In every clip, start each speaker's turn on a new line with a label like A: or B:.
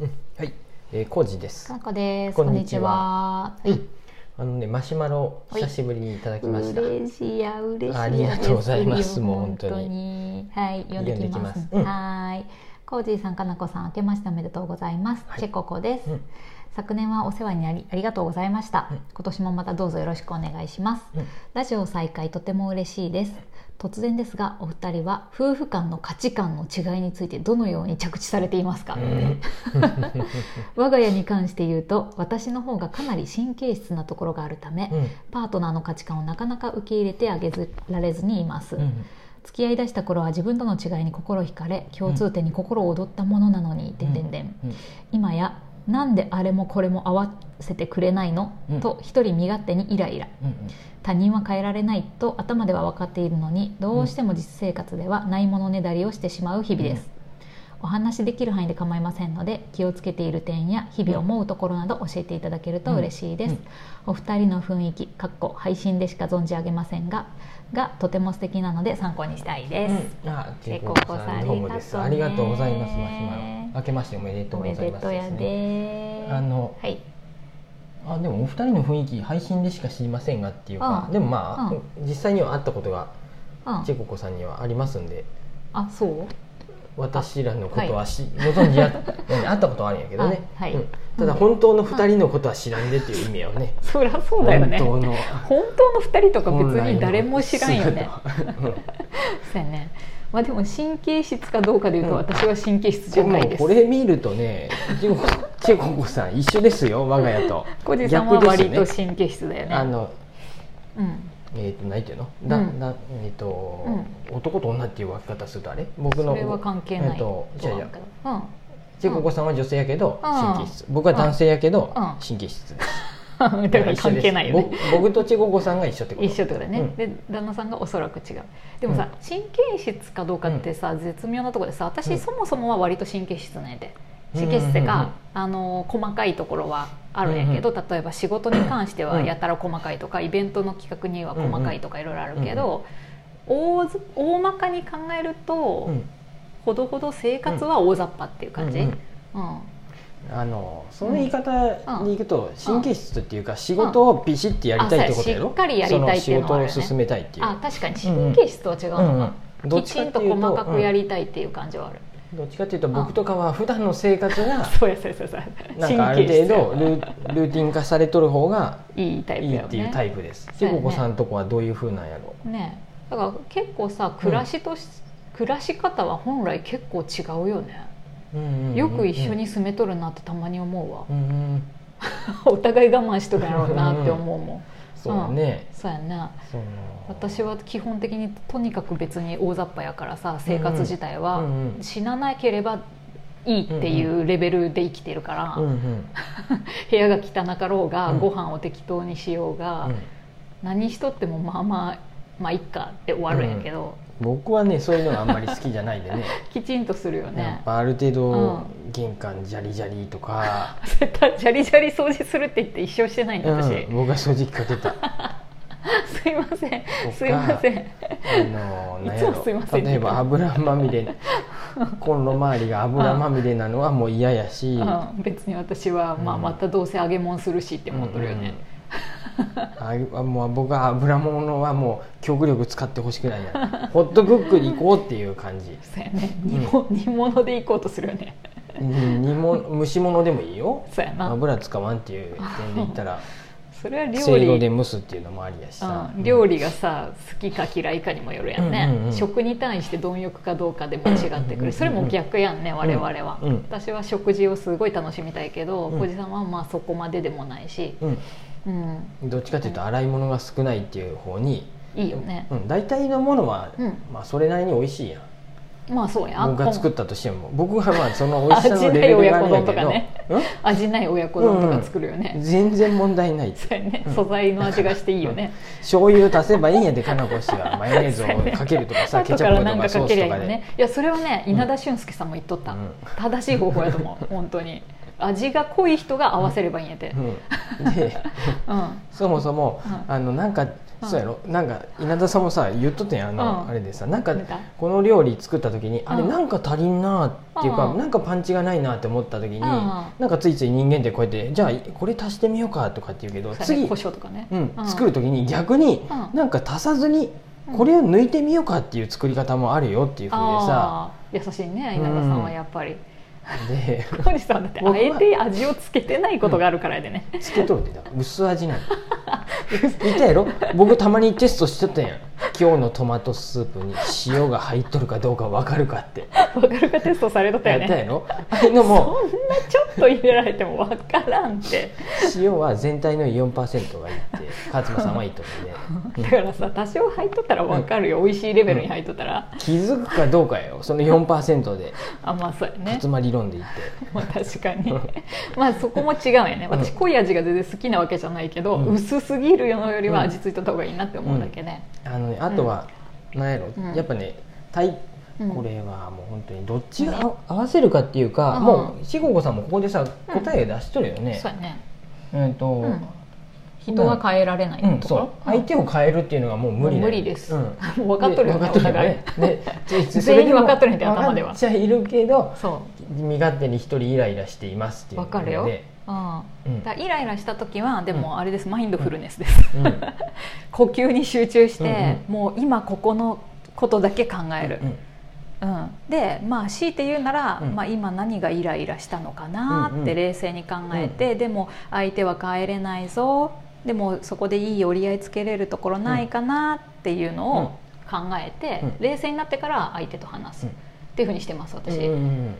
A: うん、はい、えー、コージです
B: か。なこです。
A: こんにち
B: は。はい。
A: あのね、マシュマロ
B: はい
A: 久しぶりにいただきました。
B: 嬉しいや嬉しいやですよ。
A: ありがとうございますもう本
B: 本
A: 当
B: 当
A: に
B: に。はい、読んでき
A: 読んで
B: ます。
A: きますうん
B: はーい。コージーさん、かなこさん、明けましておめでとうございます。
A: はい
B: チェココです、
A: うん
B: 昨年はお世話になりありがとうございました、
A: うん
B: 今年もまたどうぞよろしくお願いします、
A: うん
B: ラジオ再開とても嬉しいです突然ですがお二人は夫婦間の価値観の違いについてどのように着地されていますか、
A: うん、
B: 我が家に関して言うと私の方がかなり神経質なところがあるため、
A: うん、
B: パートナーの価値観をなかなか受け入れてあげずられずにいます、
A: うん、
B: 付き合いだした頃は自分との違いに心惹かれ共通点に心躍ったものなのに、てんてんてん
A: うん、
B: 今やなんであれもこれも合わせてくれないの、
A: うん
B: と一人身勝手にイライラ
A: うん、
B: 他人は変えられないと頭では分かっているのにどうしても実生活ではないものねだりをしてしまう日々です、お話しできる範囲で構いませんので気をつけている点や日々思うところなど教えていただけると嬉しいです、
A: うんうん
B: お二人の雰囲気かっこ配信でしか存じ上げませんががとても素敵なので参考にしたいです、
A: うん、あ、チ
B: チェ
A: ェコ
B: ココ
A: コ
B: さ
A: さ
B: ん
A: ん、どうもです。ありがとうございます。マシュマロ。明けましておめでと
B: お
A: う
B: め
A: ござ
B: で
A: います
B: とうやで
A: ね。あの
B: はい
A: あ、でもお二人の雰囲気配信でしか知りませんがっていうか
B: う、ん
A: でもまあ、
B: う
A: 実際には会ったことが
B: うん
A: チェココさんにはありますんで。
B: あそう
A: 私らのことはし、ご存知やう ん会ったことはあるんやけどね、
B: あはい
A: うんただ本当の二人のことは知らんでっていう意味をね
B: そりゃ そ
A: 本当の
B: 本当の2人とか別
A: 本来
B: に
A: の
B: 誰も知らんよね
A: 姿うん
B: そうやねまあでも神経質かどうかでいうと
A: うん
B: 私は神経質じゃないです、
A: もうこれ見るとねチェコチェコ子さん一緒ですよ我が家と
B: 小路さんは割
A: 逆
B: と
A: ですよね
B: 神経質だよね
A: あの
B: うん、
A: えー、と何ていうのだ、
B: うん
A: だえーと男と女っていう分け方するとあれ僕の
B: それは関係ない
A: えーとじゃあじゃあ
B: うん
A: チェコ子さんは女性やけど
B: うん
A: 神経質僕は男性やけど
B: うん
A: 神経質です
B: だから関係ないよね
A: ぼ僕とチェコ子さんが一緒ってこと
B: 一緒ってことだね、
A: うん
B: で旦那さんがおそらく違うでもさ、神経質かどうかってさ絶妙なところでさ
A: う
B: 私
A: ん
B: そもそもは割と神経質なんやで
A: うん
B: 神経質って
A: うんうんうん
B: か、あの細かいところはあるんやけど、例えば仕事に関しては
A: うん
B: やたら細かいとか、イベントの企画には細かいとかいろいろあるけど、大ず大まかに考えると、
A: うん
B: ほどほど生活は大雑把っていう感じ、
A: う
B: うんん
A: うんあのその言い方でいくと
B: うん
A: 神経質っていうか仕事をビシッてやりたいってことやろ、
B: あそうやしっかりやりたいっていうのはあるよね
A: その仕事を進めたいっていう
B: あ確かに神経質とは違うのか、
A: うんどっ
B: き
A: ち
B: ち
A: か
B: ん
A: って
B: と
A: いうと
B: 細かくやりたいっていう感じはある、
A: うんどっちかっていうと僕とかは普段の生活が
B: そうやそうやそうや
A: なんかある程度ルールーティン化されとる方が
B: いいタイ
A: い
B: プ
A: い
B: や
A: っ
B: よね
A: ていうタイプです
B: そ
A: ち
B: うやね
A: ここさんとこはどういうふうなんやろ
B: ねだから結構さ暮らしとし、暮らし方は本来結構違うよね
A: う、うんうんうんうん
B: よく一緒に住めとるなってたまに思うわ
A: うんうん
B: お互い我慢しとるやろうなって思うもん
A: そうだね、
B: そうやな
A: その
B: 私は基本的にとにかく別に大雑把やからさ生活自体
A: う
B: は
A: ん
B: 死ななければいいっていうレベルで生きてるから、
A: うんうんうん
B: 部屋が汚かろうが、
A: うん
B: ご飯を適当にしようが、
A: うん
B: 何しとってもまあまあまあいっかって終わるんやけど、
A: 僕はねそういうのがあんまり好きじゃないんでね
B: きちんとするよ
A: や
B: ね
A: っ。ぱある程度
B: う
A: 玄関ジャリジャリとか、
B: 絶対ジャリジャリ掃除するって言って一生してないんだ私、
A: うん、僕は掃除機かけたあ
B: すいません
A: か
B: すいません
A: のなん
B: い
A: や
B: つ
A: ろ
B: もすいません
A: 例えば油まみ れコンロ周りが油まみれなのはもう嫌やし、
B: うん別に私は、まあ、
A: うん
B: またどうせ揚げ物するしって思っとるよね、
A: うんうんあもう僕は油物はもう極力使ってほしくないなホットクックに行こうっていう感じ
B: そうやね煮物,、煮物で行こうとするよね
A: うん煮物蒸し物でもいいよ
B: そうやな
A: 油使わんっていう点で言ったら
B: それは料
A: せいろで
B: 理、
A: 蒸すっていうのもありやしさ、
B: うん、料理がさ好きか嫌いかにもよるやんね、
A: うんうんうん
B: 食に対して貪欲かどうかでも違
A: うん
B: って
A: うんう
B: く
A: んうん
B: るそれも逆やんね我々は、
A: うんうん
B: 私は食事をすごい楽しみたいけど、
A: うん
B: 小路さんはまあそこまででもないし、
A: うん
B: うん、
A: どっちかというと洗い物が少ないっていう方に、
B: いいよね、
A: うん、大体のものは、
B: うん
A: まあ、それなりに美味しいやん
B: まあそうやん
A: 僕が作ったとしても僕はまあその美味しさのレベ ルがあるんやけど、
B: 味ない味ない親子丼とか作るよね、
A: うん、全然問題ないって
B: そうやね素材の味がしていいよね
A: 醤油足せばいいんやでかな こ氏はマヨネーズ
B: そうやね
A: をかけるとかさケ
B: 後
A: チ
B: か
A: ャッ
B: ら
A: プ
B: な
A: と
B: ん
A: か
B: か
A: ソ
B: か
A: ース
B: けりゃ
A: と
B: いい
A: か
B: よ
A: で
B: ねいやそれはね稲田俊介さんも言っとった、
A: うん
B: 正しい方法やと思う本当に味が 濃い人が合わせればいいんやて、
A: うんで
B: うん
A: そもそも、
B: うん
A: あのなんかそうやろなんか稲田さんもさ言っとってんやあの、
B: うん
A: あれでさなんか
B: 見た
A: この料理作った時に、あれ
B: うん
A: なんか足りんなっていうか、
B: うん
A: なんかパンチがないなって思った時に、
B: ん
A: なんかついつい人間ってこうやってじゃあこれ足してみようかとかって言うけど次、
B: 胡椒とかね
A: うん作る時に逆に、
B: うん
A: なんか足さずに
B: うん
A: これを抜いてみようかっていう作り方もあるよっていうふうでさ、
B: あー優しいね稲田さんはやっぱり
A: で
B: 小西さんだって
A: 僕
B: あ
A: は
B: えて味をつけてないことがあるから やでね
A: つけとるってだから薄味なの言ったやろ僕たまにテストしてたやん今日のトマトスープに塩が入っとるかどうか分かるかって
B: 分かるかテストされとった
A: や
B: よ
A: った
B: ね
A: やろあれの
B: そんな
A: も
B: ちょっと入れられても分からんって
A: 塩は全体の4%がいいって勝間さんは言っとるんで
B: だからさ多少入っとったら分かるよ美味しいレベルに入っとったら
A: 気づくかどうかよその4%で
B: あまあそうやね
A: 勝間理論で言って
B: まあ確かにまあそこも違うんやね私
A: うん
B: 濃い味が全然好きなわけじゃないけど、
A: うん
B: 薄すぎるのよりは
A: うん
B: 味付いとった方がいいなって思うだけね、
A: あのねあとは、なんやろ、
B: うん
A: やっぱね体
B: うん
A: これはもう本当にどっちが
B: ね
A: 合合わせるかっていうか、
B: うん
A: もうしごこさんもここでさ
B: うん
A: 答え出しとるよね
B: そう、やね
A: うんと、
B: ん人は変えられない
A: うん、
B: と
A: そ
B: か、
A: う相手を変えるっていうのがもう無理だよ
B: もう無理です
A: うん、
B: もう 分かっとるよ
A: で分か
B: ねお
A: っとる
B: 互い
A: よね ねそれ
B: 全員分かっとるんやて
A: でも
B: 頭では
A: 分かっちゃいるけど
B: そ
A: 身勝手に一人イライラしていますって
B: う
A: いう
B: 分
A: ので
B: かるよ、
A: う
B: うんん、だからイライラした時はで
A: う
B: もあれです、マインドフルネスです、
A: うん
B: 呼吸に集中して、
A: うん
B: もう今ここのことだけ考える、
A: うん
B: うん、でまあ強いて言うなら、
A: うん
B: まあ、今何がイライラしたのかな
A: うん
B: っ
A: うん
B: て冷静に考えて、でも相手は帰れないぞでもそこでいい折り合いつけれるところないかなっていうのを考えて、
A: うん
B: 冷静になってから相手と話す、
A: うん
B: っていうふうにしてます
A: うん
B: 私、
A: うんうん
B: うん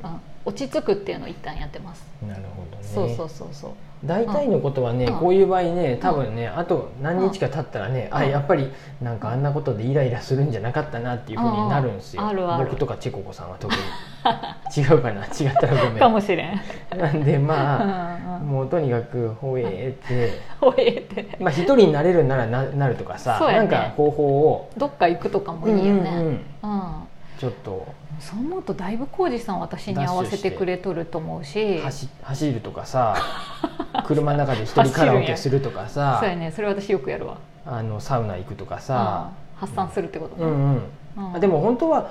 B: 落ち着くっていうのを一旦やってます、
A: うんなるほどね
B: そうそうそうそう
A: 大体のことはね、
B: うん
A: こういう場合ね多分ね、あと何日か経ったらね、
B: うん
A: あやっぱりなんかあんなことでイライラするんじゃなかったなっていうふうになるんですよ、
B: うんあるある
A: 僕とかチェココさんは特 に違うかな違ったらごめ
B: か
A: ん
B: もしれん
A: なんでまあ、
B: うんうん
A: もうとにかくほえって、
B: おいって
A: まあ、一人になれるならななるとかさ、
B: そうや
A: なん
B: ね
A: か方法を
B: どっか行くとかもいい
A: う
B: よね、
A: んうんうん
B: うん
A: ちょっと
B: そう思うとだいぶ浩二さん私に合わせてくれとると思うし
A: 走走るとかさ車の中で一人カラオケするとかさ
B: そうやねそれ私よくやるわ
A: あのサウナ行くとかさ、
B: うん発散するってこと
A: う
B: ね、
A: んうん
B: うん
A: あでも本当は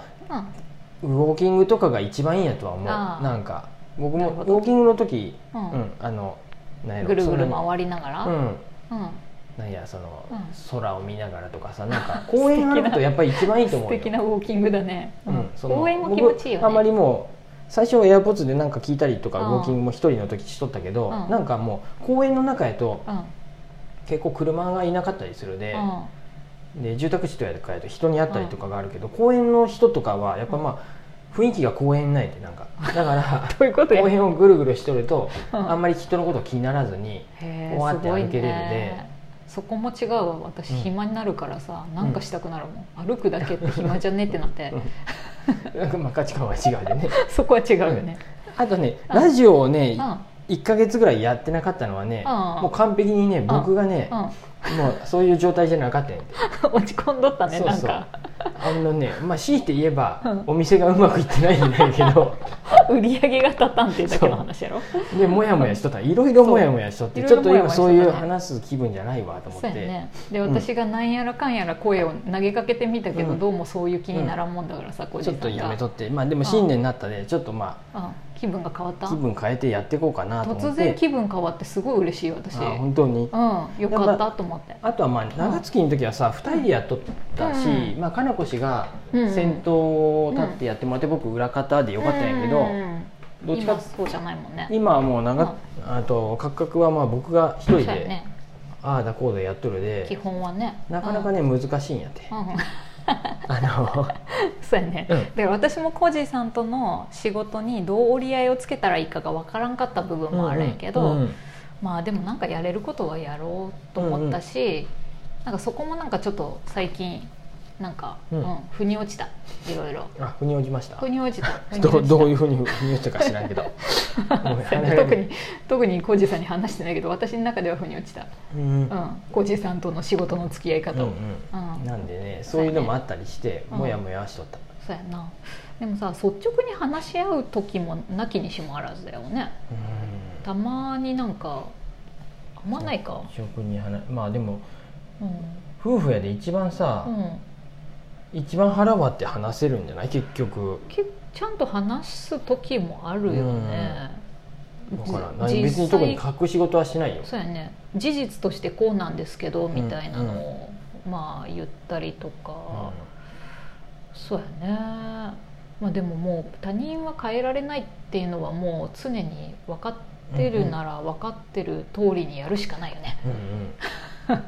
B: うん
A: ウォーキングとかが一番いいんやとは思う
B: ああ
A: なんか僕も
B: なるほ
A: ウ
B: ど
A: ォーキングの時、
B: うん
A: うんあのなんやろ
B: ぐるぐる
A: その
B: 回りながら、
A: うん
B: うん
A: なんやその、
B: うん
A: 空を見ながらとかさなんか公園歩くとやっぱり一番いいと思
B: 素
A: うよ
B: 敵なウォーキングだね、
A: うんその
B: 応援も気持ちいいよね
A: 僕あまりもう最初はエアポッツでなんか聞いたりとか
B: うん
A: ウォーキングも一人の時しとったけど、
B: うん
A: なんかもう公園の中やと
B: うん
A: 結構車がいなかったりするで,、
B: うん
A: で住宅地とやとかやと人に会ったりとかがあるけど、公園の人とかはやっぱまあ雰囲気が公園内でなん かだから
B: どういうことや
A: 公園をぐるぐるしとると、
B: うん
A: あんまり人のこと気にならずに
B: へ
A: こうや
B: ー
A: って
B: すごい
A: 歩けれるで
B: ねそこも違うわ私
A: うん
B: 暇になるからさ、なんかしたくなるもん歩くだけって暇じゃねってなって
A: なんかまあ価値観は違うでね
B: そこは違うよね、
A: あとね
B: うん
A: ラジオをね
B: うん、うん
A: 1か月ぐらいやってなかったのはね
B: うん
A: もう完璧にね僕がねもうそういう状態じゃなかったんやて
B: 落ち込んどったね
A: そう
B: なん
A: そう
B: か
A: あのねまあ強いて言え
B: う
A: ば
B: ん
A: お店がうまくいってないんだけど
B: 売り上げが立たんっていうだけの話やろ
A: でモヤモヤしとったいろいろモヤモヤしとって
B: そう
A: ちょっと
B: いろいろモ
A: 今
B: ヤモヤしとっ
A: そ
B: た
A: う
B: ね
A: いう話す気分じゃないわと思っ
B: そうや
A: て
B: ねで
A: うん
B: 私がなんやらかんやら声を投げかけてみたけど、
A: うん
B: どうもそういう気にならんもんだからさ、こう
A: ちょっとやめとってまあでも新年になったでちょっとま
B: 気分が変わった
A: あ気分変えてやっていこうかなと思って
B: 突然気分変わってすごい嬉しい私う
A: あ
B: ん
A: 本当に
B: よかったと思って
A: あとはまあ長月の時はさ2人でやっとったし、
B: うん
A: まあ、かなこ氏が
B: うん
A: 先頭を立ってやってもらって、僕裏方でよかったんやけど、
B: うん
A: どっちか
B: 今そうじゃないもんね
A: 今はもう長、あとカクカクはまあ僕が一人
B: そうや
A: で、
B: ね
A: ああだこうだやっとる
B: 基
A: で
B: 本はね
A: なかなかね、難しいんやて、
B: うん うん
A: あの
B: そうやね、
A: うん
B: だから私もコージーさんとの仕事にどう折り合いをつけたらいいかがわからんかった部分もあるんやけど、
A: うんうん
B: まあでもなんかやれることはやろうと思ったし、なんかそこもなんかちょっと最近なんか、
A: う
B: うんん腑に落ちたいろいろ
A: あ腑に落ちました
B: 腑に落ちた腑 に落ち
A: ど
B: た
A: うどういうふうに腑に落ちたか知らん けどごめん
B: そうやね 特に特にコージさんに話してないけど私の中では腑に落ちた、
A: うん
B: うん、コージさんとの仕事の付き合
A: う
B: い
A: ん
B: 方
A: う
B: を、うん
A: んなんでねそういうのもあったりして、
B: うん
A: もやもやしとった、
B: そうやなでもさ率直に話し合う時もなきにしもあらずだよね
A: うん
B: たまになんかあんまないか、
A: 職に話まあでも
B: うん
A: 夫婦やで一番さ、
B: うん、
A: 一番腹割って話せるんじゃない結局
B: けちゃんと話す時もあるよね、
A: だから
B: じ
A: 何別に特に
B: 実際
A: 隠し事はしないよ
B: そうやね事実としてこうなんですけどみたいなのを、まあ言ったりとか、そうやねまあでももう他人は変えられないっていうのはもう常に分かってるなら分かってる通りにやるしかないよね
A: うんうん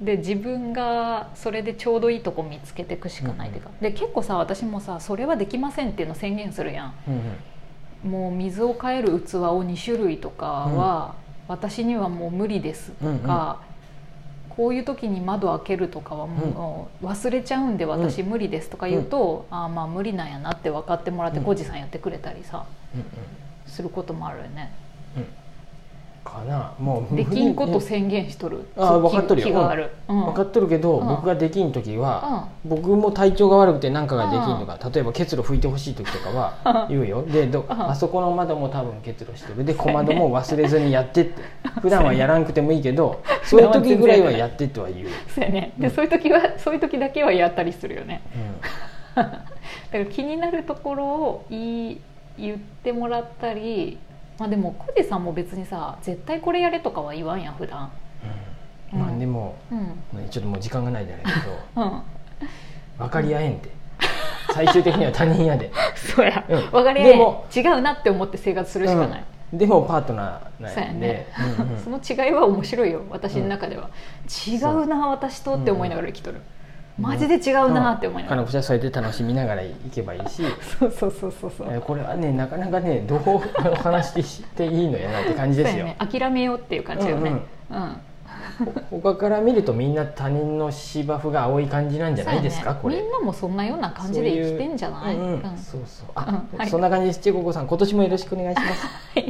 B: で自分がそれでちょうどいいとこ見つけていくしかないっていうか、で結構さ私もさそれはできませんっていうの宣言するやん
A: うんうん
B: もう水を変える器を2種類とかは、私にはもう無理ですとか、こういう時に窓開けるとかはもう忘れちゃうんで私無理ですとか言うと、ああまあ無理なんやなって分かってもらって
A: うん
B: コージさんやってくれたりさ
A: うん
B: することもあるよね、
A: うんうんかなもう
B: できんこと宣言しとる
A: あー分かっとるよ
B: 気がある、うん
A: 分かっとるけど、
B: うん
A: 僕ができん時は、僕も体調が悪くて何かができんとか、例えば結露拭いてほしい時とかは言うよでど、
B: うん
A: あそこの窓も多分結露してるで小窓 も忘れずにやってって普段はやらんくてもいいけどそういう時ぐらいはやってっては言う、うん
B: そうやね、で
A: うん
B: そういう時はそういう時だけはやったりするよねだから気になるところを言い言ってもらったりまあでもコジさんも別にさ絶対これやれとかは言わんやん普段
A: うんま
B: う
A: あ
B: ん
A: でも
B: うん
A: ちょっともう時間がないじゃないけど
B: うん
A: 分かり合えんって最終的には他人やで
B: そう や、
A: うん
B: 分かり
A: でも
B: 合え違うなって思って生活するしかない、
A: うんでもパートナー
B: そう
A: な
B: や
A: ん
B: ね
A: で、うんうん
B: その違いは面白いよ私の中では、違うな私とって思いながら生きとる、
A: うん
B: マジで違うなって思いなが
A: 彼
B: ら、
A: 女はそうやって楽しみながら行けばいいし
B: そうそうそうそうそう、
A: えーこれはねなかなかねどう話してしていいのやなって感じです
B: そうや
A: よ、
B: ね諦めようっていう感じよね、
A: う
B: うんん
A: ほ他から見るとみんな他人の芝生が青い感じなんじゃないです
B: そうや
A: か、
B: ね
A: これ
B: みんなもそんなような感じで生きてんじゃない
A: そうううん
B: うん
A: そうそうあ、
B: うんはい
A: そんな感じですちここさん今年もよろしくお願いします